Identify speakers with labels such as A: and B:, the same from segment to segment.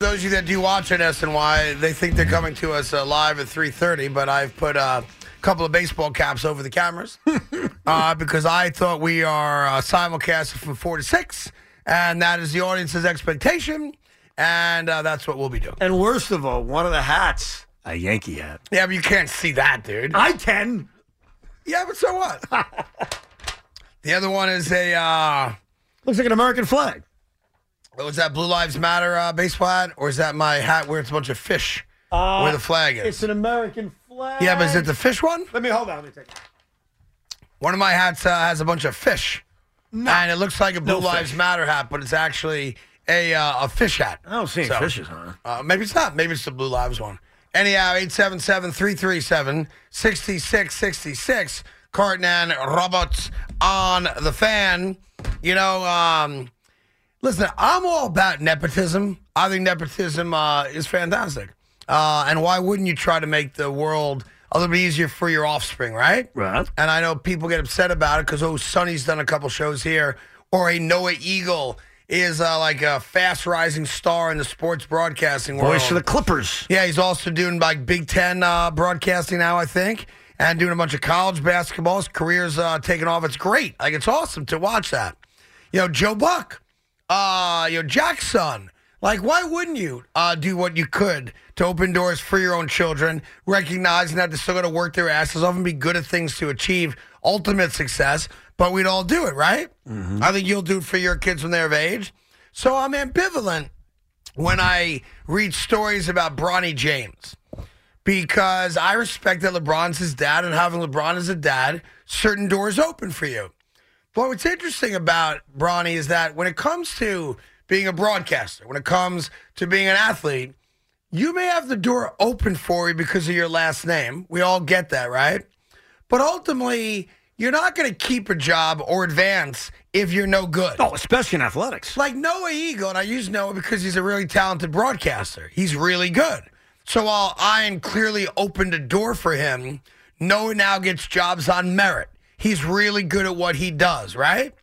A: Those of you that do watch at SNY, they think they're coming to us uh, live at 3.30, but I've put uh, a couple of baseball caps over the cameras uh, because I thought we are uh, simulcasting from 4 to 6, and that is the audience's expectation, and uh, that's what we'll be doing.
B: And worst of all, one of the hats, a Yankee hat.
A: Yeah, but you can't see that, dude.
B: I can.
A: Yeah, but so what? the other one is a, uh,
B: Looks like an American flag.
A: was that Blue Lives Matter uh, baseball hat, or is that my hat where it's a bunch of fish, where the flag is?
B: Uh, It's an American flag.
A: Yeah, but is it the fish one?
B: Let me hold on. Let me take it.
A: One of my hats uh, has a bunch of fish, and it looks like a Blue
B: No
A: Lives
B: fish.
A: Matter hat, but it's actually a uh, a fish hat.
B: I don't see any
A: So,
B: fishes on it.
A: Uh, maybe it's not. Maybe it's the Blue Lives one. Anyhow, 877-337-6666. Carton and Roberts on the fan. You know, um, listen, I'm all about nepotism. I think nepotism uh, is fantastic. Uh, and why wouldn't you try to make the world a little bit easier for your offspring, right?
B: Right.
A: And I know people get upset about it because, oh, Sonny's done a couple shows here, or a Noah Eagle is uh, like a fast rising star in the sports broadcasting world.
B: Voice of the Clippers.
A: yeah, he's also doing like Big Ten uh, broadcasting now, I think, and doing a bunch of college basketball. His career's uh, taking off. It's great. Like, it's awesome to watch that. You know, Joe Buck, uh, you know, Jack's son. Like, why wouldn't you uh, do what you could to open doors for your own children, recognizing that they're still going to work their asses off and be good at things to achieve ultimate success? But we'd all do it, right? I think you'll do it for your kids when they're of age. So I'm ambivalent when I read stories about Bronny James because I respect that LeBron's his dad, and having LeBron as a dad, certain doors open for you. But what's interesting about Bronny is that when it comes to being a broadcaster, when it comes to being an athlete, you may have the door open for you because of your last name. We all get that, right? But ultimately, you're not going to keep a job or advance if you're no good.
B: Oh, especially in athletics.
A: Like Noah Eagle, and I use Noah because he's a really talented broadcaster. He's really good. So while Ian clearly opened a door for him, Noah now gets jobs on merit. He's really good at what he does, right?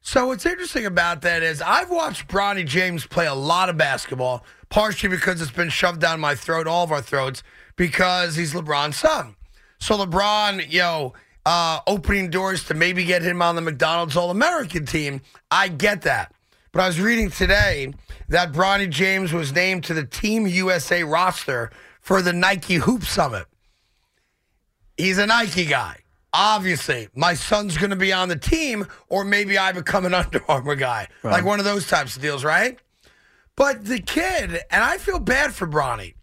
A: So what's interesting about that is I've watched Bronny James play a lot of basketball, partially because it's been shoved down my throat, all of our throats, because he's LeBron's son. So LeBron, you know, uh, opening doors to maybe get him on the McDonald's All American team. I get that. But I was reading today that Bronny James was named to the Team USA roster for the Nike Hoop Summit. He's a Nike guy. Obviously, my son's going to be on the team, or maybe I become an Under Armour guy, like one of those types of deals, right? But the kid, and I feel bad for Bronny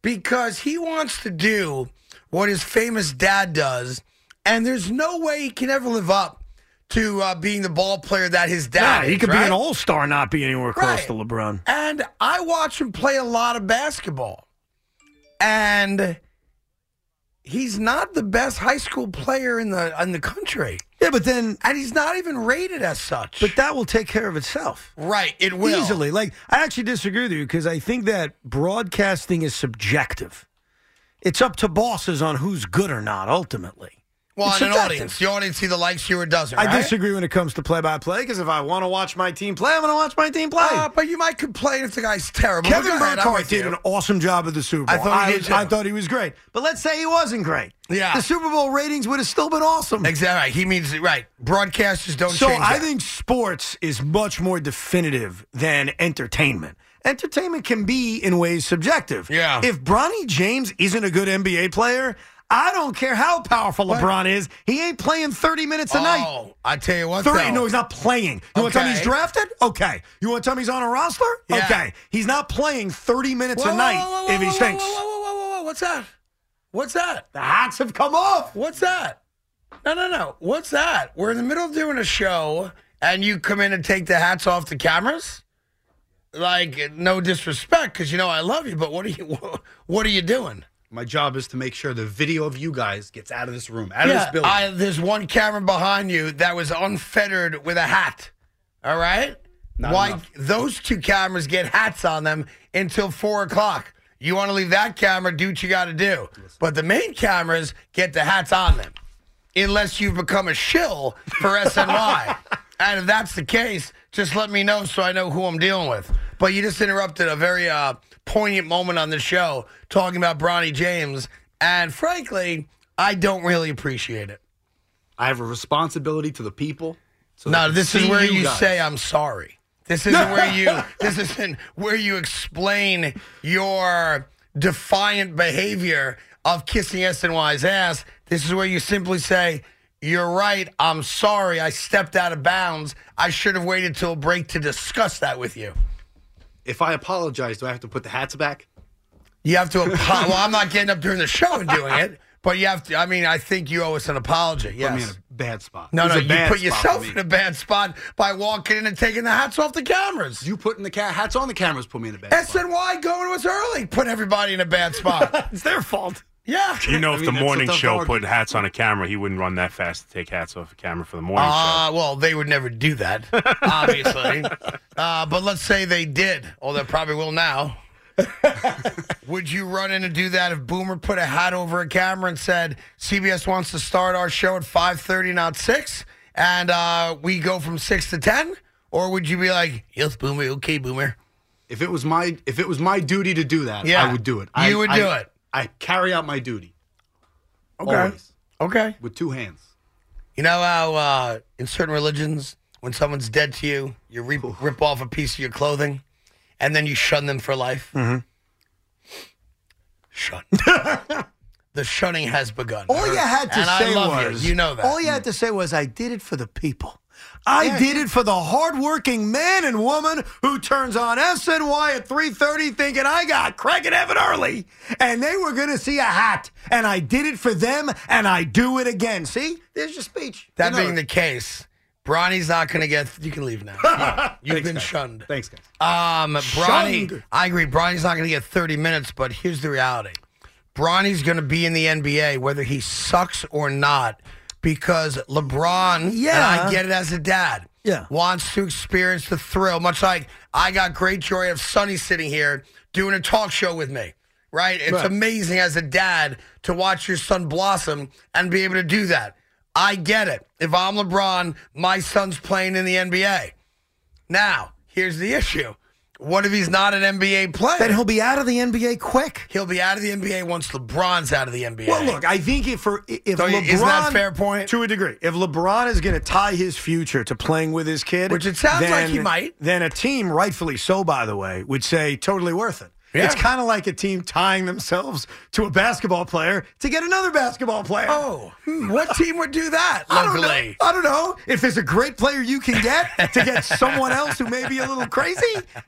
A: because he wants to do what his famous dad does, and there's no way he can ever live up to uh, being the ball player that his dad.
B: Yeah, he
A: is,
B: could be an
A: right?
B: all star, not be anywhere close
A: Right.
B: to LeBron.
A: And I watch him play a lot of basketball. And he's not the best high school player in the in the country.
B: Yeah, but then,
A: And he's not even rated as such.
B: but that will take care of itself.
A: right, it will.
B: Easily. Like, I actually disagree with you because I think that broadcasting is subjective. It's up to bosses on who's good or not, ultimately.
A: Well,
B: It's
A: in an
B: subjective.
A: audience. The audience either likes you or doesn't.
B: I
A: right?
B: disagree when it comes to play by play because if I want to watch my team play, I'm going to watch my team play.
A: Uh, but you might complain if the guy's terrible.
B: Kevin
A: Go ahead, I'm
B: Burkhardt
A: with
B: did
A: you.
B: an awesome job at the Super Bowl.
A: I thought he did,
B: was-
A: too.
B: I thought he was great. But let's say he wasn't great.
A: Yeah.
B: The Super Bowl ratings would have still been awesome.
A: Exactly. Right. He means it right. Broadcasters don't
B: So
A: change
B: I
A: that.
B: think sports is much more definitive than entertainment. entertainment can be in ways subjective.
A: Yeah.
B: If Bronny James isn't a good NBA player, I don't care how powerful LeBron is. He ain't playing 30 minutes a night.
A: Oh, I tell you what,
B: 30.
A: though.
B: No, he's not playing. You want to tell me he's
A: Okay.
B: drafted? Okay. You want to tell me he's on a roster?
A: Yeah.
B: Okay. He's not playing 30 minutes
A: Whoa,
B: a
A: whoa,
B: night
A: whoa, whoa,
B: if he
A: whoa,
B: stinks.
A: Whoa, whoa, whoa, whoa, whoa, What's that? What's that?
B: The hats have come off.
A: What's that? No, no, no. What's that? We're in the middle of doing a show, and you come in and take the hats off the cameras. Like, no disrespect, because you know I love you, but what are you? What are you doing?
C: My job is to make sure the video of you guys gets out of this room, out of this building.
A: I, there's one camera behind you that was unfettered with a hat. All right?
C: Not
A: Why
C: enough.
A: those two cameras get hats on them until four o'clock. You want to leave that camera, do what you got to do. But the main cameras get the hats on them, unless you've become a shill for SNY. and if that's the case, just let me know so I know who I'm dealing with. But you just interrupted a very uh, poignant moment on the show talking about Bronny James. And frankly, I don't really appreciate it.
C: I have a responsibility to the people. So they
A: No,
C: can
A: this is
C: see
A: where you,
C: guys.
A: say I'm sorry. This isn't where you this isn't where you explain your defiant behavior of kissing SNY's ass. This is where you simply say, You're right, I'm sorry, I stepped out of bounds. I should have waited till break to discuss that with you.
C: If I apologize, do I have to put the hats back?
A: You have to apo- well, I'm not getting up during the show and doing it, but you have to I mean, I think you owe us an apology.
C: Put me in
A: Yes.
C: a bad spot.
A: No,
C: This
A: no,
C: is a
A: you
C: bad
A: put
C: spot for
A: yourself
C: me.
A: in a bad spot by walking in and taking the hats off the cameras.
C: You putting the cat hats on the cameras put me in a bad spot.
A: SNY going to us early, put everybody in a bad spot.
B: It's their fault.
A: yeah.
D: You know,
C: I
D: if
C: mean,
D: the
C: that's what
D: morning
C: the
D: show
C: dog-
D: put hats on a camera, he wouldn't run that fast to take hats off a camera for the morning show.
A: Uh, well, they would never do that, obviously. uh, but let's say they did, or they probably will now. would you run in and do that if Boomer put a hat over a camera and said, CBS wants to start our show at 5.30, not 6, and uh, we go from 6 to 10? Or would you be like, yes, Boomer, okay, Boomer.
C: If it was my if it was my duty to do that,
A: Yeah.
C: I would do it.
A: You
C: I,
A: would
C: I-
A: do it.
C: I carry out my duty.
A: Okay.
C: Always.
A: Okay.
C: With two hands.
A: You know how uh, in certain religions, when someone's dead to you, you re- rip off a piece of your clothing, and then you shun them for life.
B: Mm-hmm.
A: Shun. the shunning has begun.
B: All you had to
A: and
B: say
A: I love
B: was,
A: you. you know that.
B: All you had to say was, I did it for the people. I did it for the hardworking man and woman who turns on SNY at 3:30, thinking I got Craig and Evan early, and they were going to see a hat, and I did it for them, and I do it again. See, there's your speech.
A: that
B: You know
A: being
B: it.
A: the case, Bronny's not going to get. You can leave now. You, have been shunned.
C: Thanks, guys.
A: Um, Bronny,
B: Shunned.
A: I agree. Bronny's not going to get 30 minutes, but here's the reality. Bronny's going to be in the NBA whether he sucks or not because LeBron, and
B: Yeah.
A: I get it as a dad,
B: Yeah.
A: wants to experience the thrill, much like I got great joy of Sonny sitting here doing a talk show with me, right? It's amazing as a dad to watch your son blossom and be able to do that. I get it. If I'm LeBron, my son's playing in the NBA. Now, here's the issue. What if he's not an NBA player?
B: then he'll be out of the NBA quick.
A: He'll be out of the NBA once LeBron's out of the NBA.
B: Well, look, I think if for if
A: So,
B: LeBron
A: isn't that a fair point?
B: to a degree, if LeBron is going to tie his future to playing with his kid,
A: Which it sounds like he might.
B: then a team, rightfully so, by the way, would say totally worth it.
A: Yeah.
B: It's kind of like a team tying themselves to a basketball player to get another basketball player.
A: oh, hmm, what team would do that
B: I don't know.
A: locally?
B: I don't know if there's a great player you can get to get someone else who may be a little crazy.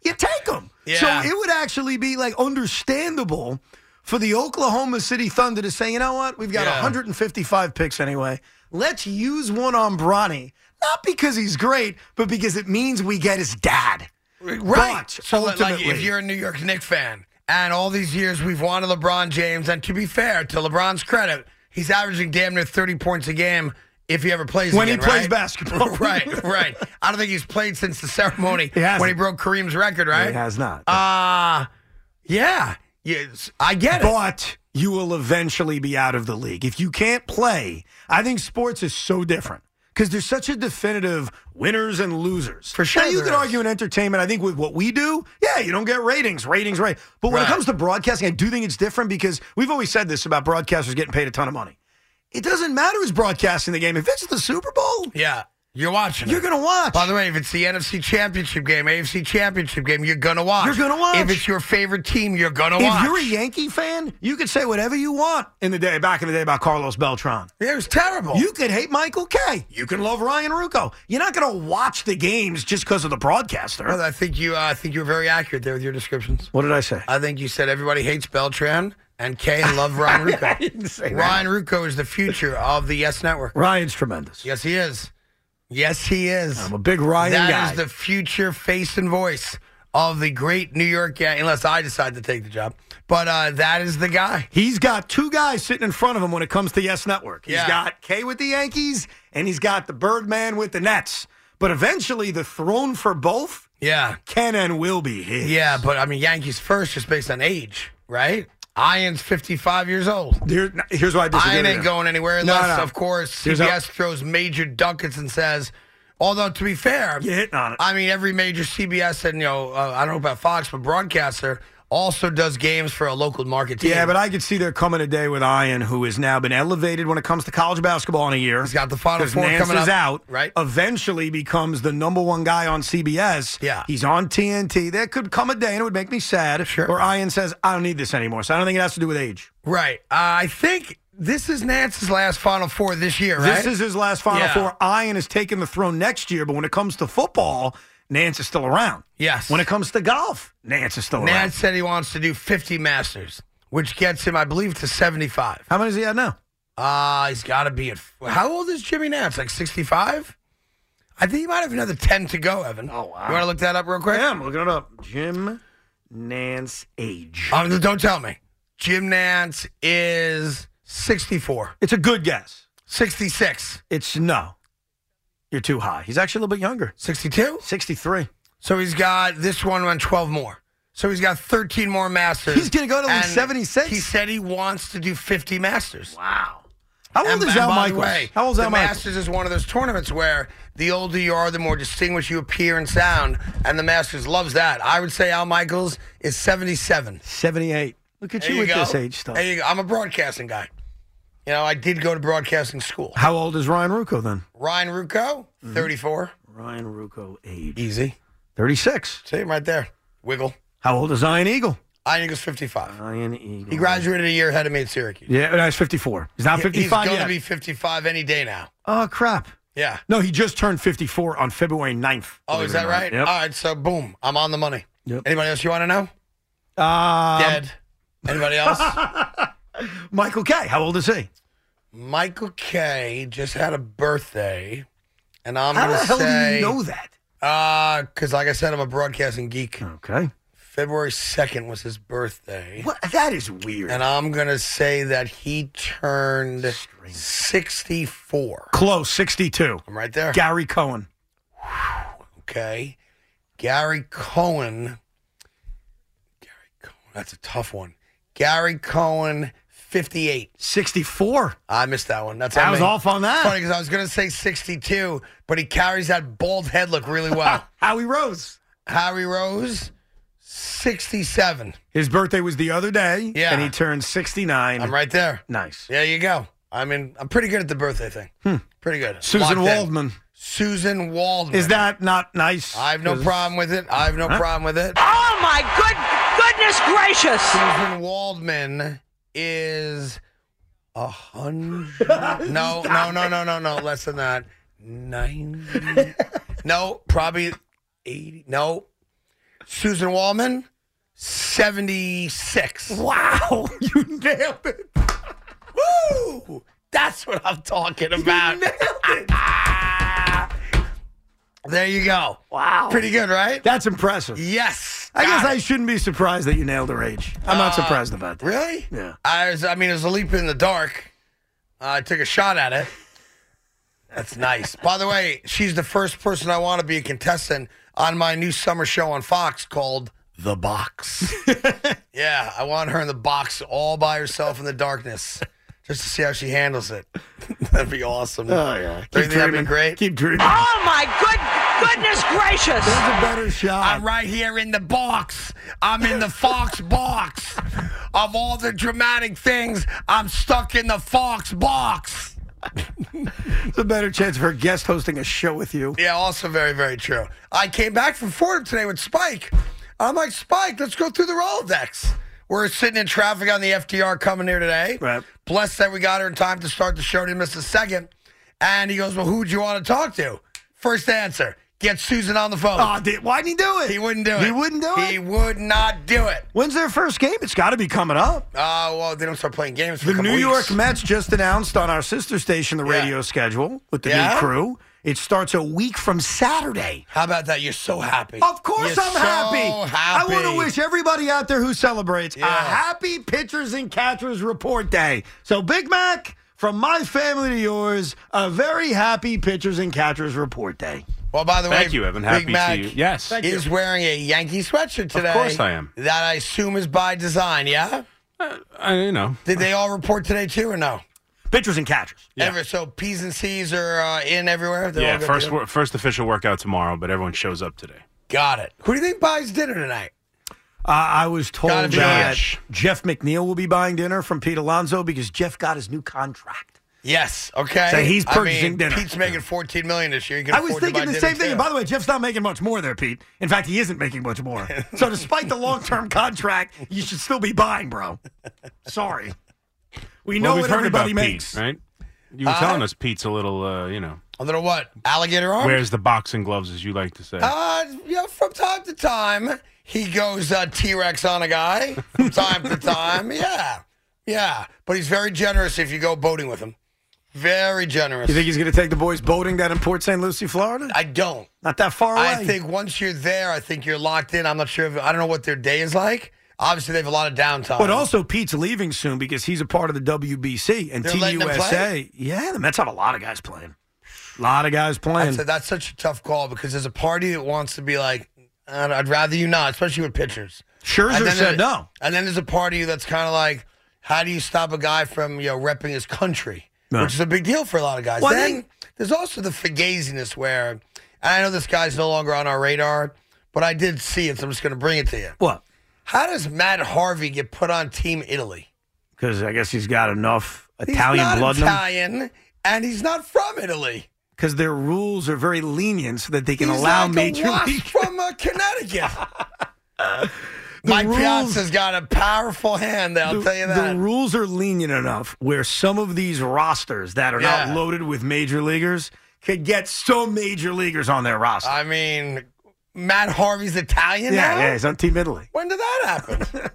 B: You take them.
A: Yeah.
B: So it would actually be like understandable for the Oklahoma City Thunder to say, you know what, we've got
A: Yeah.
B: 155 picks anyway. Let's use one on Bronny, not because he's great, but because it means we get his dad.
A: Right.
B: But
A: so, like,
B: ultimately,
A: if you're a New York Knicks fan, and all these years we've wanted LeBron James, and to be fair, to LeBron's credit, he's averaging damn near 30 points a game if he ever plays
B: When he
A: again,
B: plays
A: right?
B: basketball.
A: right, right. I don't think he's played since the ceremony
B: He hasn't.
A: when he broke Kareem's record, right?
B: it has not.
A: Uh, yeah. Yes, I get it.
B: but you will eventually be out of the league. If you can't play, I think sports is so different because there's such a definitive winners and losers. For
A: sure
B: you
A: there
B: could
A: is.
B: argue in entertainment, I think with what we do, yeah, you don't get ratings, ratings, right. But when
A: Right.
B: it comes to broadcasting, I do think it's different because we've always said this about broadcasters getting paid a ton of money. It doesn't matter who's broadcasting the game. If it's the Super Bowl,
A: Yeah. You're watching.
B: You're
A: it.
B: gonna watch.
A: By the way, if it's the NFC Championship game, AFC Championship game, you're gonna watch.
B: You're gonna watch.
A: If it's your favorite team, you're gonna
B: if
A: watch.
B: you're a Yankee fan, you could say whatever you want in the day back in the day about Carlos Beltran.
A: it was terrible.
B: You could hate Michael Kay. You could love Ryan Rucco. You're not going to watch the games just because of the
A: Well,
B: broadcaster.
A: I think you. Uh, I think you're very accurate there with your descriptions.
B: What did I say?
A: I think you said everybody hates Beltran and Kay and love Ryan Rucco.
B: didn't say that.
A: Ryan Rucco is the future of the Yes Network.
B: Ryan's tremendous.
A: Yes, he is. Yes, he is.
B: I'm a big Ryan
A: That
B: guy.
A: is the future face and voice of the great New York Yan- unless I decide to take the job. But uh, that is the guy.
B: he's got two guys sitting in front of him when it comes to Yes Network. He's
A: Yeah.
B: got Kay with the Yankees, and he's got the Birdman with the Nets. But eventually, the throne for both
A: Yeah.
B: can and will be his.
A: Yeah, but I mean Yankees first just based on age, right? Ian's 55 years old.
B: Here- here's why I disagree.
A: Ian
B: with
A: ain't
B: him.
A: going anywhere
B: No,
A: unless,
B: no.
A: of course,
B: Here's how-
A: CBS throws major ducats and says, although to be fair,
B: You're hitting on it.
A: I mean, every major CBS and, you know, uh, I don't know about Fox, but broadcaster also does games for a local market team.
B: Yeah, but I could see there coming a day with Ian, who has now been elevated when it comes to college basketball in a year.
A: He's got the Final
B: 'Cause
A: Four
B: Nance
A: coming
B: is
A: up,
B: out.
A: right.
B: Eventually becomes the number one guy on CBS.
A: Yeah.
B: He's on TNT. There could come a day, and it would make me sad,
A: Sure.
B: where Ian says, I don't need this anymore. So I don't think it has to do with age.
A: Right. Uh, I think this is Nance's last Final Four this year, right?
B: This is his last Final
A: Yeah.
B: Four. Ian is taking the throne next year, but when it comes to football, Nance is still around.
A: Yes.
B: When it comes to golf, Nance is still
A: Nance
B: around.
A: said he wants to do 50 Masters, which gets him, I believe, to 75.
B: How many does he have now?
A: Uh, he's got to be at. How old is Jimmy Nance? Like 65? I think he might have another 10 to go, Evan. Oh, wow. You want to look that up real quick?
B: I'm looking it up. Jim Nance age.
A: Um, don't tell me. Jim Nance is 64,
B: It's a good guess.
A: 66,
B: It's no. You're too high. He's actually a little bit younger.
A: 62.
B: 63.
A: So he's got this one and 12 more. So he's got 13 more Masters.
B: He's gonna go to at least
A: And
B: 76.
A: He said he wants to do 50 Masters.
B: How old
A: And-
B: is
A: and
B: Al
A: by the
B: Michaels?
A: way,
B: How old is
A: the
B: Al Michaels?
A: Masters is one of those tournaments where the older you are, the more distinguished you appear and sound, and the Masters loves that. I would say Al Michaels is 77.
B: 78. Look at
A: There
B: you,
A: you
B: with
A: go.
B: this age stuff.
A: There you go. I'm a broadcasting guy. You know, I did go to broadcasting school.
B: How old is Ryan Rucco then?
A: Ryan Rucco, 34.
B: Mm-hmm. Ryan Rucco age.
A: Easy.
B: 36.
A: See him right there. Wiggle.
B: How old is Ian Eagle?
A: Ian Eagle's 55.
B: Ian Eagle.
A: He graduated a year ahead of me at Syracuse.
B: Yeah, no, he's 54. He's not
A: He's
B: 55
A: going
B: yet.
A: to be 55 any day now.
B: oh, crap.
A: Yeah.
B: No, he just turned 54 on February 9th.
A: Oh,
B: believe
A: is
B: it or
A: that
B: not.
A: right?
B: Yep.
A: All right, so boom, I'm on the money.
B: Yep.
A: Anybody else you want to know?
B: Um,
A: Dead. Anybody else?
B: Michael Kay. How old is he?
A: Michael K just had a birthday, and I'm
B: How
A: going
B: the
A: to
B: hell
A: say
B: do you know that?
A: because, like I said, I'm a broadcasting geek.
B: Okay.
A: February 2nd was his birthday,
B: What? That is weird.
A: and I'm going to say that he turned 64.
B: Close, 62.
A: I'm right there.
B: Gary Cohen.
A: Okay. Gary Cohen. Gary Cohen. That's a tough one. Gary Cohen, 58.
B: 64.
A: I missed that one. That's
B: I
A: on
B: was
A: me.
B: off on that.
A: Funny because I was going to say 62, but he carries that bald head look really well.
B: Howie Rose.
A: Harry Rose, 67.
B: His birthday was the other day.
A: Yeah.
B: And he turned 69.
A: I'm right there.
B: Nice.
A: There you go. I mean, I'm pretty good at the birthday thing. Pretty good. Locked
B: Hmm. Susan
A: in.
B: Waldman.
A: Susan Waldman.
B: Is that not nice?
A: I have no
B: 'Cause-
A: problem with it. I have no problem with it.
E: Oh my good goodness gracious!
A: Susan Waldman is a hundred. No, no, no, no, no, no. Less than that. Nine. No, probably eighty. No, Susan Waldman, seventy-six.
B: Wow. You nailed it.
A: Woo! That's what I'm talking about. there you go. Wow. Pretty good, right?
B: That's impressive.
A: Yes.
B: I guess
A: Got
B: I shouldn't be surprised that you nailed her age. I'm not surprised about that.
A: Uh, Really?
B: Yeah.
A: I was. I mean, it was a leap in the dark. I took a shot at it. That's nice. By the way, she's the first person I want to be a contestant on my new summer show on Fox called The Box. yeah, I want her in the box all by herself in the darkness, just to see how she handles it. That'd be awesome. Oh yeah,
B: Keep
A: that'd be
B: dreaming.
A: great. Ah!
B: Keep dreaming.
E: Oh my good goodness gracious!
B: That's a better shot.
A: I'm right here in the box. I'm in the Fox box. Of all the dramatic things, I'm stuck in the Fox box.
B: It's a better chance for a guest hosting a show with you.
A: Yeah, also very, very true. I came back from Fordham today with Spike. I'm like, Spike, let's go through the Rolodex. We're sitting in traffic on the FDR coming here today.
B: Right.
A: Blessed that we got her in time to start the show. Didn't miss a second. And he goes, Well, who'd you want to talk to? First answer get Susan on the phone.
B: Oh, did, why'd he do it?
A: he wouldn't do it.
B: He wouldn't do
A: He
B: it.
A: would not do it.
B: When's their first game? It's got to be coming up.
A: Oh, well, they don't start playing games for
B: The
A: a couple
B: New
A: weeks.
B: York Mets just announced on our sister station the
A: Yeah.
B: radio schedule with the
A: Yeah?
B: new crew. It starts a week from Saturday.
A: How about that? You're so happy.
B: Of course,
A: You're
B: I'm
A: so
B: happy. I want to
A: happy.
B: wish everybody out there who celebrates a
A: Yeah.
B: happy pitchers and catchers report day. So, Big Mac, from my family to yours, a very happy pitchers and catchers report day.
A: Well, by the way,
D: Thank you, Evan. Happy
A: Big Mac
D: to you. Yes. Thank
A: is wearing a Yankee sweatshirt today.
D: course I am.
A: That I assume is by design. Yeah.
D: Uh, you know,
A: Did they all report today too, or no?
B: Pitchers and catchers.
D: Yeah.
A: Ever, so P's and C's are uh, in everywhere. They're all
D: yeah.
A: good
D: First,
A: to go?
D: wor- first official workout tomorrow, but everyone shows up today.
A: Got it. Who do you think buys dinner tonight?
B: Uh, I was
A: Gotta
B: told
A: be
B: that
A: Josh.
B: Jeff McNeil will be buying dinner from Pete Alonso because Jeff got his new contract.
A: Yes. Okay.
B: So he's
A: I mean,
B: purchasing dinner.
A: Pete's making fourteen million this year. He can
B: I was
A: afford to
B: thinking
A: buy
B: the
A: dinner,
B: same thing.
A: too.
B: And by the way, Jeff's not making much more there, Pete. In fact, he isn't making much more. so, despite the long term contract, you should still be buying, bro. Sorry. We know
D: well, we've
B: what
D: heard about
B: everybody makes.
D: Pete, right? You
A: Uh,
D: were telling us Pete's a little, uh, you know,
A: a little what alligator arm.
D: wears the boxing gloves, as you like to say.
A: Uh, you know, from time to time, he goes uh, T Rex on a guy. From time to time, yeah, yeah. But he's very generous if you go boating with him. Very generous.
B: You think he's going to take the boys boating down in Port St. Lucie, Florida?
A: I don't.
B: Not that far away.
A: I think once you're there, I think you're locked in. I'm not sure. If, I don't know what their day is like. Obviously, they have a lot of downtime.
B: But also, Pete's leaving soon because he's a part of the WBC and
A: They're letting him
B: TUSA.
A: play?
B: Yeah, the Mets have a lot of guys playing. A lot of guys playing.
A: that's, that's such a tough call because there's a party that wants to be like, "I'd I'd rather you not," especially with pitchers.
B: Scherzer
A: then
B: said
A: there-
B: no.
A: And then there's a part of you that's kind of like, how do you stop a guy from you know repping his country,
B: Right.
A: which is a big deal for a lot of guys.
B: Well, I
A: then
B: think-
A: there's also the fugaziness where, and I know this guy's no longer on our radar, but I did see it, so I'm just going to bring it to you.
B: What?
A: How does Matt Harvey get put on Team Italy?
B: Because I guess he's got enough
A: He's
B: Italian
A: not
B: blood in him.
A: Italian, and he's not from Italy.
B: Because their rules are very lenient so that they can
A: he's
B: allow
A: like
B: major
A: a wasp
B: league.
A: from uh, Connecticut. Mike
B: rules-
A: Piazza's got a powerful hand. There, I'll
B: the,
A: tell you
B: the
A: that.
B: rules are lenient enough where some of these rosters that are
A: Yeah.
B: not loaded with major leaguers could get some major leaguers on their roster.
A: I mean, Matt Harvey's Italian
B: yeah,
A: now.
B: yeah, he's on Team Italy.
A: When did that happen?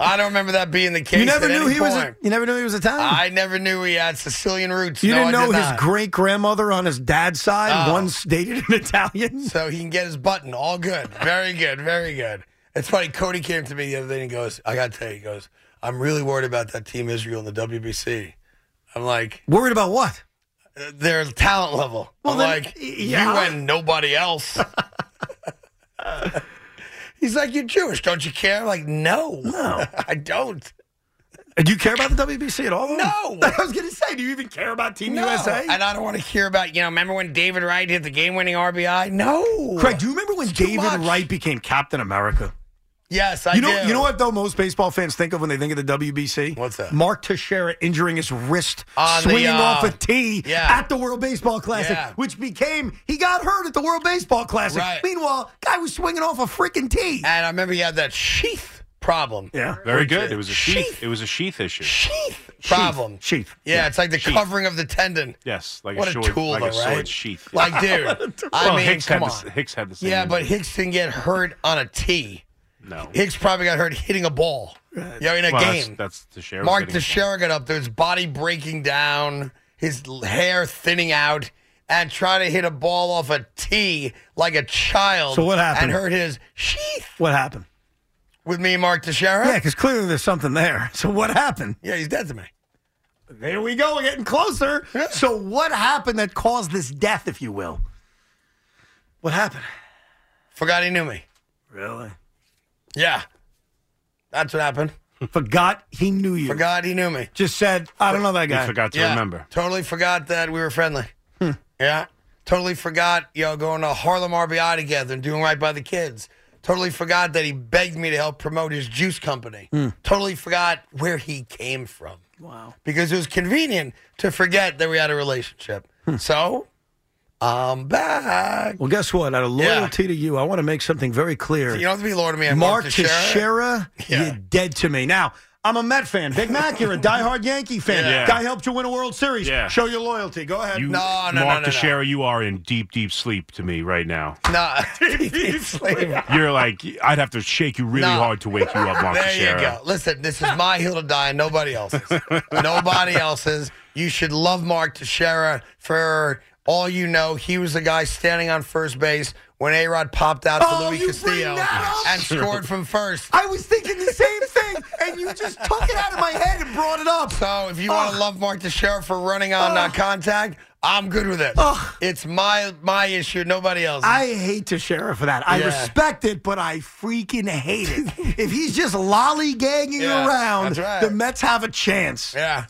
A: I don't remember that being the case.
B: You never
A: at
B: knew
A: any
B: he was. A,
A: point.
B: you never knew he was Italian.
A: I never knew he had Sicilian roots.
B: you
A: No,
B: didn't
A: I
B: know
A: did
B: his
A: not.
B: great grandmother on his dad's side
A: Oh.
B: once dated an Italian.
A: so he can get his button. All good. Very good. Very good. It's funny. Cody came to me the other day and he goes, "I got to tell you," he goes, "I'm really worried about that Team Israel and the WBC." I'm like,
B: Worried about what?
A: their talent level.
B: Well,
A: I'm
B: then,
A: like
B: y- yeah.
A: you and nobody else. He's like, you're Jewish, don't you care? I'm like, no,
B: No.
A: I don't.
B: Do you care about the WBC at all?
A: No.
B: I was going to say, do you even care about Team
A: No.
B: USA?
A: and I don't want to hear about. You know, remember when David Wright hit the game-winning RBI? No,
B: Craig, do you remember when
A: It's too
B: David
A: much.
B: Wright became Captain America?
A: Yes, I
B: You know,
A: do.
B: you know what though? Most baseball fans think of when they think of the WBC.
A: What's that?
B: Mark Teixeira injuring his wrist,
A: On the,
B: swinging
A: uh,
B: off a tee
A: yeah.
B: at the World Baseball Classic,
A: Yeah.
B: which became he got hurt at the World Baseball Classic.
A: Right.
B: Meanwhile, guy was swinging off a freaking tee.
A: And I remember you had that sheath problem.
B: Yeah,
D: Very good. It was a sheath.
A: Sheath.
D: It was a sheath issue.
A: Sheath problem.
B: Sheath.
A: Yeah, it's like the covering of the tendon.
D: Yes, like
A: What
D: a
A: a
D: short,
A: tool,
D: like
A: though,
D: a sword
A: right?
D: sheath.
A: Like, dude, I
D: well,
A: mean,
D: Hicks
A: come
D: had
A: on.
D: The, s- Hicks had the same.
A: Yeah, but
D: injury.
A: Hicks didn't get hurt on a tee.
D: no.
A: Hicks probably got hurt hitting a ball. You know, in a
D: well,
A: game.
D: That's, that's the share.
A: Mark Teixeira got up there, his body breaking down, his l- hair thinning out, and trying to hit a ball off a tee like a child.
B: So what
A: And
B: happened?
A: hurt his sheath
B: What happened?
A: with me, and Mark Teixeira.
B: Yeah, because clearly there's something there. So what happened?
A: Yeah, he's dead to me.
B: There we go. We're getting closer. So what happened that caused this death, if you will? What happened?
A: Forgot he knew me.
B: Really?
A: Yeah. That's what happened.
B: Forgot he knew you.
A: Forgot he knew me.
B: Just said, I don't know that guy.
D: I forgot to
A: yeah.
D: remember. Hmm.
A: Totally forgot that we were friendly. Yeah. Totally forgot, you know, going to Harlem RBI together and doing right by the kids. Totally forgot that he begged me to help promote his juice company.
D: Hmm.
A: Totally forgot where he came from. Wow. Because it was convenient to forget that we had a relationship.
D: Hmm.
A: So, I'm back.
B: Well, guess what? Out of
A: Yeah.
B: loyalty to you, I want to make something very clear.
A: You don't have to be Lord of me. I'm Mark
B: Mark
A: Teixeira.
B: Teixeira,
A: Yeah.
B: you're dead to me. Now, I'm a Met fan. Big Mac, you're a diehard Yankee fan.
D: Yeah.
B: Guy helped you win a World Series.
D: Yeah.
B: Show your loyalty. Go ahead.
D: You,
A: No, no, no,
D: Mark
A: no, no.
D: Teixeira, you are in deep, deep sleep to me right now.
A: Nah, He's sleeping.
D: You're like, I'd have to shake you really
A: No.
D: hard to wake you up, Mark
A: There
D: Teixeira.
A: you go. Listen, this is my hill to die, and nobody else's. nobody else's. You should love Mark Teixeira for all you know. He was the guy standing on first base when A Rod popped out to
B: Oh,
A: Louis
B: you bring
A: Castillo
B: that up?
A: and scored from first.
B: I was thinking the same thing, and you just took it out of my head and brought it up.
A: So if you want to
B: Ugh.
A: love Mark Teixeira for running on uh,
B: Ugh.
A: contact, I'm good with it.
B: Ugh.
A: It's my my issue, nobody else's.
B: I hate Teixeira for that. I
A: Yeah.
B: respect it, but I freaking hate it. if he's just lollygagging
A: Yeah,
B: around,
A: that's right.
B: the Mets have a chance.
A: yeah.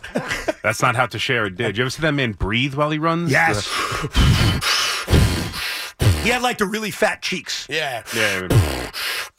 D: That's not how Teixeira did. You ever see that man breathe while he runs?
B: Yes. he had like the really fat cheeks.
A: Yeah.
D: The- yeah.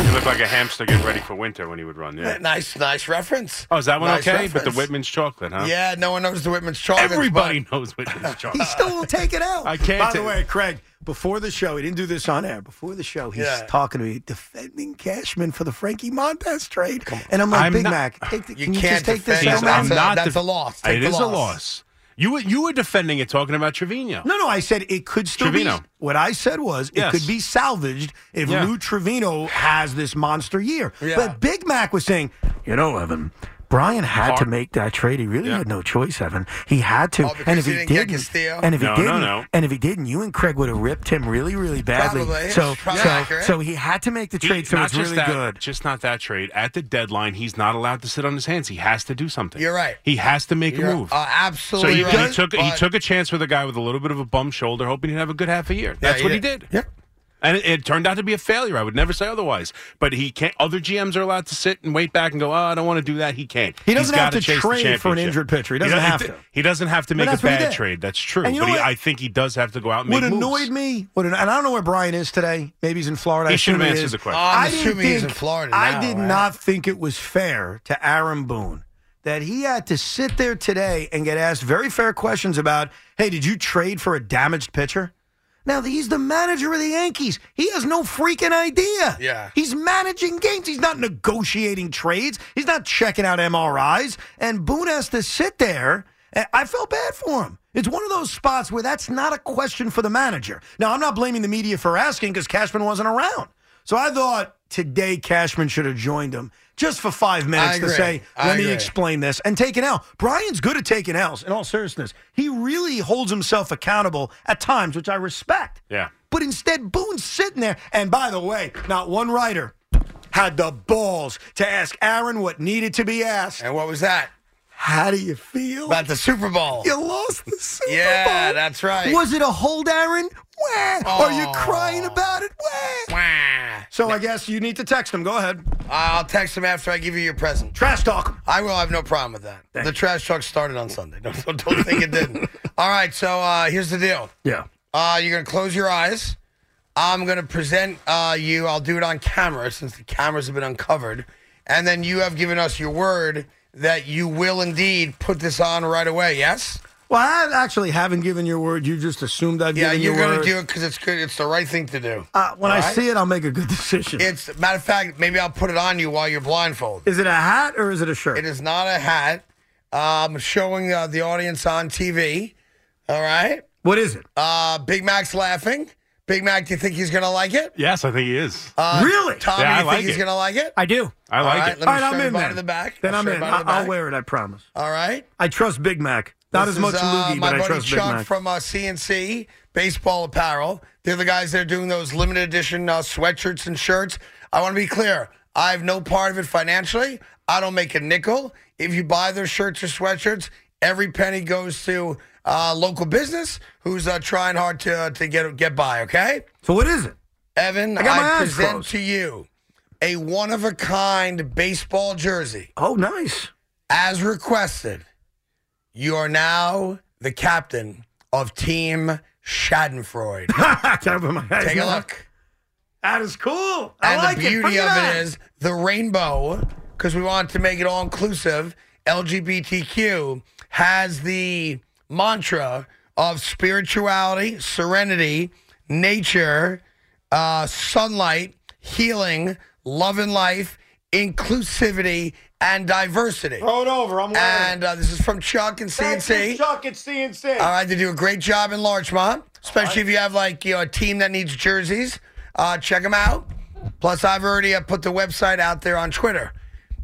D: He looked like a hamster getting ready for winter when he would run. Yeah.
A: Nice, nice reference.
D: Oh, is that one
A: Nice
D: okay? But the
A: reference.
D: Whitman's chocolate, huh?
A: Yeah, no one knows the Whitman's chocolates.
D: Everybody knows Whitman's
B: He
D: chocolate.
B: still will take it out.
D: I can't
B: By the
D: take-
B: way, Craig, before the show, he didn't do this on air. Before the show, he's
A: Yeah.
B: talking to me, defending Cashman for the Frankie Montez trade. And I'm like,
D: I'm
B: Big
D: not-
B: Mac, take the,
A: You
B: can you
A: can't
B: just take this
A: defend
B: out,
D: Jeez, I'm
B: man?
A: That's a-
D: not
A: that's a loss. Take
D: It
A: the
D: is a
A: loss.
D: loss. You were, you were defending it, talking about Trevino.
B: No, no, I said it could still
D: Trevino.
B: be. What I said was
D: Yes.
B: it could be salvaged if
D: Yeah.
B: Lou Trevino has this monster year.
A: Yeah.
B: But Big Mac was saying, you know, Evan, Brian had to
D: Hard-
B: make that trade. He really
D: Yeah.
B: had no choice, Evan. He had to.
A: Oh, because
B: and if
A: he
B: he
A: didn't
B: didn't,
A: get Castillo?
B: and if
D: No,
B: he
D: no,
B: didn't,
D: no.
B: and if he didn't, you and Craig would have ripped him really, really badly.
A: Probably.
B: So,
A: It's probably
B: so,
A: accurate.
B: so he had to make the
D: He-
B: trade. so
D: not
B: it's
D: just
B: really
D: that-
B: good.
D: Just not that trade. At the deadline, he's not allowed to sit on his hands. He has to do something.
A: You're right.
D: He has to make
A: You're,
D: a move.
A: uh,
D: so
A: absolutely
D: he,
A: right.
D: he took he
A: but-
D: took a chance with a guy with a little bit of a bum shoulder, hoping he'd have a good half a year. That's
A: he
D: what he
A: did.
D: did.
A: Yep.
D: And it, it turned out to be a failure. I would never say otherwise. But he can't. Other GMs are allowed to sit and wait back and go, "Oh, I don't want to do that." He can't.
B: He doesn't
D: He's
B: have
D: gotta
B: to
D: chase
B: trade
D: the
B: for an
D: championship.
B: injured pitcher. He doesn't
D: doesn't-
B: have to.
D: He doesn't have to make a
B: that's what he
D: bad
B: did.
D: trade. That's true.
B: And you know
D: but he,
B: what?
D: I think he does have to go out and
B: What
D: make moves.
B: annoyed me, what an, and I don't know where Brian is today. Maybe he's in Florida. I
D: He should have
B: assume
D: answered
B: is.
D: the question.
A: Oh, I'm
B: didn't
A: assuming he's in Florida
B: I
A: now,
B: did
A: right?
B: not think it was fair to Aaron Boone that he had to sit there today and get asked very fair questions about, hey, did you trade for a damaged pitcher? Now he's the manager of the Yankees. He has no freaking idea.
A: Yeah.
B: He's managing games. He's not negotiating trades. He's not checking out MRIs. And Boone has to sit there. And I felt bad for him. It's one of those spots where that's not a question for the manager. Now I'm not blaming the media for asking because Cashman wasn't around. So I thought today Cashman should have joined him just for five minutes to
A: agree.
B: say,
A: I
B: let me
A: agree.
B: explain explain this and take an L. Brian's good at taking L's in all seriousness. He really holds himself accountable at times, which I respect.
D: Yeah.
B: But instead, Boone's sitting there. And by the way, not one writer had the balls to ask Aaron what needed to be asked.
A: And what was that?
B: How do you feel?
A: About the Super Bowl.
B: you lost the Super
A: Yeah,
B: Bowl.
A: that's right.
B: Was it a hold, Aaron? Wah. Are you
A: Oh.
B: crying about it? Wah.
A: Wah.
B: So I guess you need to text him. Go ahead.
A: I'll text him after I give you your present.
B: Trash talk him.
A: I will have no problem with that. the trash truck started on Sunday. Don't, don't, don't think it didn't. All right, so uh, here's the deal.
B: Yeah.
A: Uh, you're going to close your eyes. I'm going to present uh, you. I'll do it on camera since the cameras have been uncovered. And then you have given us your word that you will indeed put this on right away, yes?
B: Well, I actually haven't given your word. You just assumed I'd
A: Yeah,
B: given
A: you're
B: your
A: going
B: word.
A: to do it because it's good. It's the right thing to do.
B: Uh, when I
A: All right?
B: see it, I'll make a good decision.
A: It's matter of fact, maybe I'll put it on you while you're blindfolded.
B: is it a hat or is it a shirt?
A: It is not a hat. Um, showing uh, the audience on TV. All right.
B: what is it?
A: Uh, Big Mac's laughing. Big Mac, do you think he's gonna like it?
D: Yes, I think he is.
B: really?
A: Tommy,
D: Yeah, I
A: you think
D: like
A: he's
D: it.
A: gonna like it?
B: I do.
D: I like
A: right,
D: it.
A: let
B: All
A: me
B: right,
A: show
B: I'm
A: you
B: in
A: bottom
B: then.
A: of the back.
B: Then
A: I'll
B: I'm
A: show you
B: in.
A: bottom of the
B: I- I'll
A: back.
B: wear it. I promise.
A: All right.
B: I trust Big Mac. Not
A: This
B: as much
A: is, uh,
B: Loogie,
A: my
B: but I
A: buddy
B: trust
A: Chuck
B: Big Mac.
A: from uh, CNC Baseball Apparel. They're the guys that are doing those limited edition uh, sweatshirts and shirts. I want to be clear. I have no part of it financially. I don't make a nickel. If you buy their shirts or sweatshirts, every penny goes to uh, local business who's uh, trying hard to to get get by. Okay,
B: so what is it?
A: Evan,
B: I got my eyes
A: present
B: closed.
A: to you a one of a kind baseball jersey
B: Oh, nice.
A: as requested, you are now the captain of Team Schadenfreude.
B: Top of my head.
A: Take a look.
B: That is cool. I
A: And
B: like
A: the
B: it.
A: beauty
B: Bring
A: of
B: on.
A: it is the rainbow, because we want to make it all inclusive. LGBTQ has the mantra of spirituality, serenity, nature, uh, sunlight, healing, love and life, inclusivity, and diversity.
B: Throw it over. I'm
A: And uh, this is from Chuck and
B: Thank
A: CNC.
B: you, Chuck at CNC.
A: All right, they do a great job in Larchmont, especially if you have like you know a team that needs jerseys. Uh, check them out. Plus, I've already uh, put the website out there on Twitter,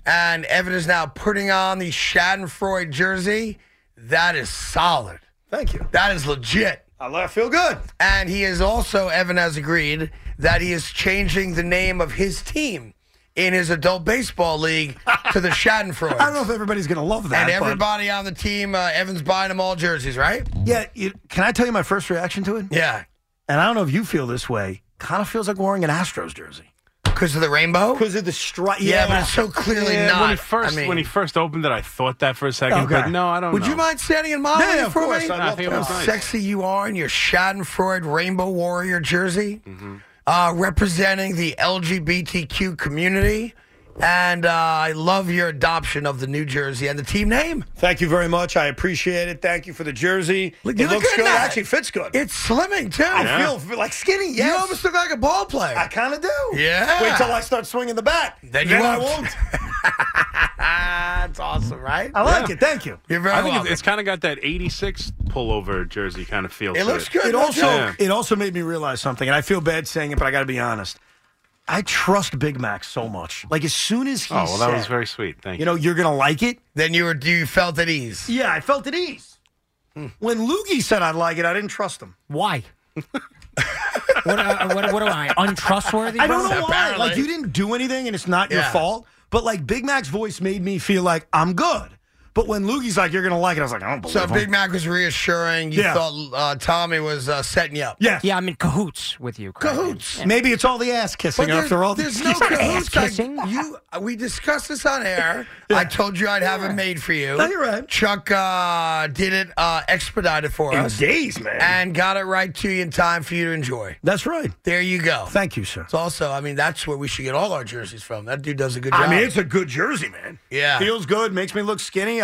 A: and Evan is now putting on the Schadenfreude jersey. That is solid.
B: Thank you.
A: That is legit.
B: I I feel good.
A: And he is also, Evan has agreed, that he is changing the name of his team in his adult baseball league to the Schadenfreude.
B: I don't know if everybody's going to love that.
A: and
B: but-
A: everybody on the team, uh, Evan's buying them all jerseys, right?
B: yeah, you, can I tell you my first reaction to it?
A: Yeah.
B: And I don't know if you feel this way. Kind of feels like wearing an Astros jersey
A: Because of the rainbow?
B: because of the strike.
A: Yeah, but it's so clearly
B: Yeah,
A: not.
D: when he first
A: I mean,
D: when he first opened it, I thought that for a second,
B: Okay.
D: but no, I don't.
A: would
D: know.
A: you mind standing in my
B: Yeah,
A: way
B: of
A: for
B: course.
A: me?
B: I'd
D: I think it
A: How
D: was nice.
A: sexy you are in your Schadenfreude Rainbow Warrior jersey,
D: Mm-hmm.
A: uh, representing the LGBTQ community. And uh, I love your adoption of the New Jersey and the team name.
B: Thank you very much. I appreciate it. Thank you for the jersey.
A: Look, you
B: it
A: look
B: looks
A: good in
B: good.
A: that.
B: Actually, fits good.
A: It's slimming, too.
B: I feel like skinny. Yes.
A: You almost look like a ball player.
B: I kind of do.
A: Yeah.
B: Wait till I start swinging the bat.
A: Then you
B: I
A: won't.
B: won't.
A: That's awesome, right?
B: I like it. Thank you.
A: You're very
D: I think
A: welcome.
D: it's, it's kind of got that '86 pullover jersey kind of feel.
A: it
D: to
A: looks good.
B: It
A: no
B: also
A: joke.
D: Yeah.
B: it also made me realize something, and I feel bad saying it, but I got to be honest. I trust Big Mac so much. Like as soon as he
D: Oh well, that was
B: said,
D: very sweet. Thank you.
B: you know, you're gonna like it.
A: Then you were you felt at ease.
B: Yeah, I felt at ease. When Loogie said I'd like it, I didn't trust him.
F: Why? what, uh, what, what am I? Untrustworthy?
B: I don't know why.
A: Apparently.
B: Like you didn't do anything, and it's not your
A: Yeah.
B: fault. But like Big Mac's voice made me feel like I'm good. But when Loogie's like, "You're gonna like it," I was like, "I don't believe
A: So
B: him."
A: Big Mac was reassuring. You
B: Yeah.
A: thought uh, Tommy was uh, setting you up.
B: yes.
F: Yeah, I'm in cahoots with you. Craig.
A: Cahoots.
B: Maybe it's all the ass kissing
A: there's,
B: after all.
A: there's no
F: not
A: cahoots.
F: ass kissing.
A: Like, you, uh, we discussed this on air. I told you I'd have it made for you.
B: No, you're right.
A: Chuck uh, did it uh, expedited for
B: In
A: us
B: days, man.
A: and got it right to you in time for you to enjoy.
B: That's right.
A: There you go.
B: Thank you, sir.
A: It's also, I mean, that's where we should get all our jerseys from. That dude does a good job.
B: I mean, it's a good jersey, man.
A: Yeah.
B: Feels good, makes me look skinny.